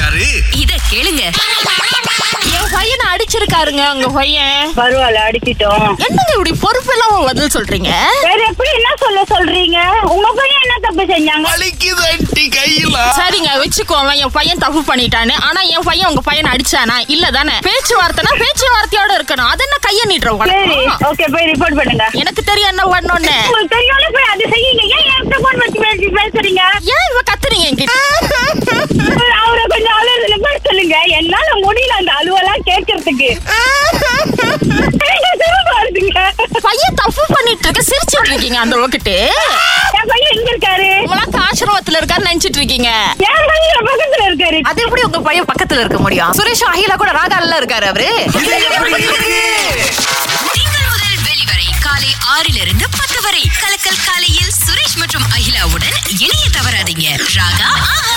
யாரு இத கேளுங்க என் பையனை அடிச்சிருக்காருங்க உங்க பையன் பரவாயில்ல அடிச்சிட்டோம் என்னங்க இப்படி பொறுப்பெல்லாம் பதில் சொல்றீங்க வேற எப்படி என்ன சொல்ல சொல்றீங்க உங்க பையன் என்ன தப்பு செஞ்சாங்க வலிக்குது ஆண்டி கையில சரிங்க வச்சுக்கோங்க என் பையன் தப்பு பண்ணிட்டானு ஆனா என் பையன் உங்க பையன் அடிச்சானா இல்ல தானே பேச்சுவார்த்தைனா பேச்சுவார்த்தையோட இருக்கணும் அது என்ன கைய நீட்டுற சரி வழக்கம்? ஓகே போய் ரிப்போர்ட் பண்ணுங்க எனக்கு தெரியும் என்ன பண்ணோன்னு உங்களுக்கு தெரியும்ல போய் அது செய்யுங்க ஏன் என்கிட்ட போன் வச்சு பேசி- பேசுறீங்க ஏன் இவ கத்துறீங்க என்கிட்ட அவரை கொஞ்சம் அழுறதுல பேச சொல்லுங்க என்னால முடியல அந்த அழுவெல்லாம் கேட்கறதுக்கு திரும்ப அழுதுங்க பையன் தப்பு பண்ணிட்டு இருக்க சிரிச்சிட்டு இருக்கீங்க அந்த ஒக்கிட்டு என் பையன் எங்க இருக்காரு உங்களுக்கு ஆசிரமத்துல இருக்கான்னு நினைச்சிட்டு இருக்கீங்க என் பையன் என் பக்கத்துல இருக்காரு அது எப்படி உங்க பையன் பக்கத்துல இருக்க முடியும் சுரேஷ் அகிலா கூட ராகால இருக்காரு அவரு இது எப்படி இருக்கு திங்கள் முதல் வெளிவரை காலை ஆறிலிருந்து பத்து வரை கலக்கல் காலையில் சுரேஷ் மற்றும் அகிலாவுடன் இணைய தவறாதீங்க ராகா ஆஹா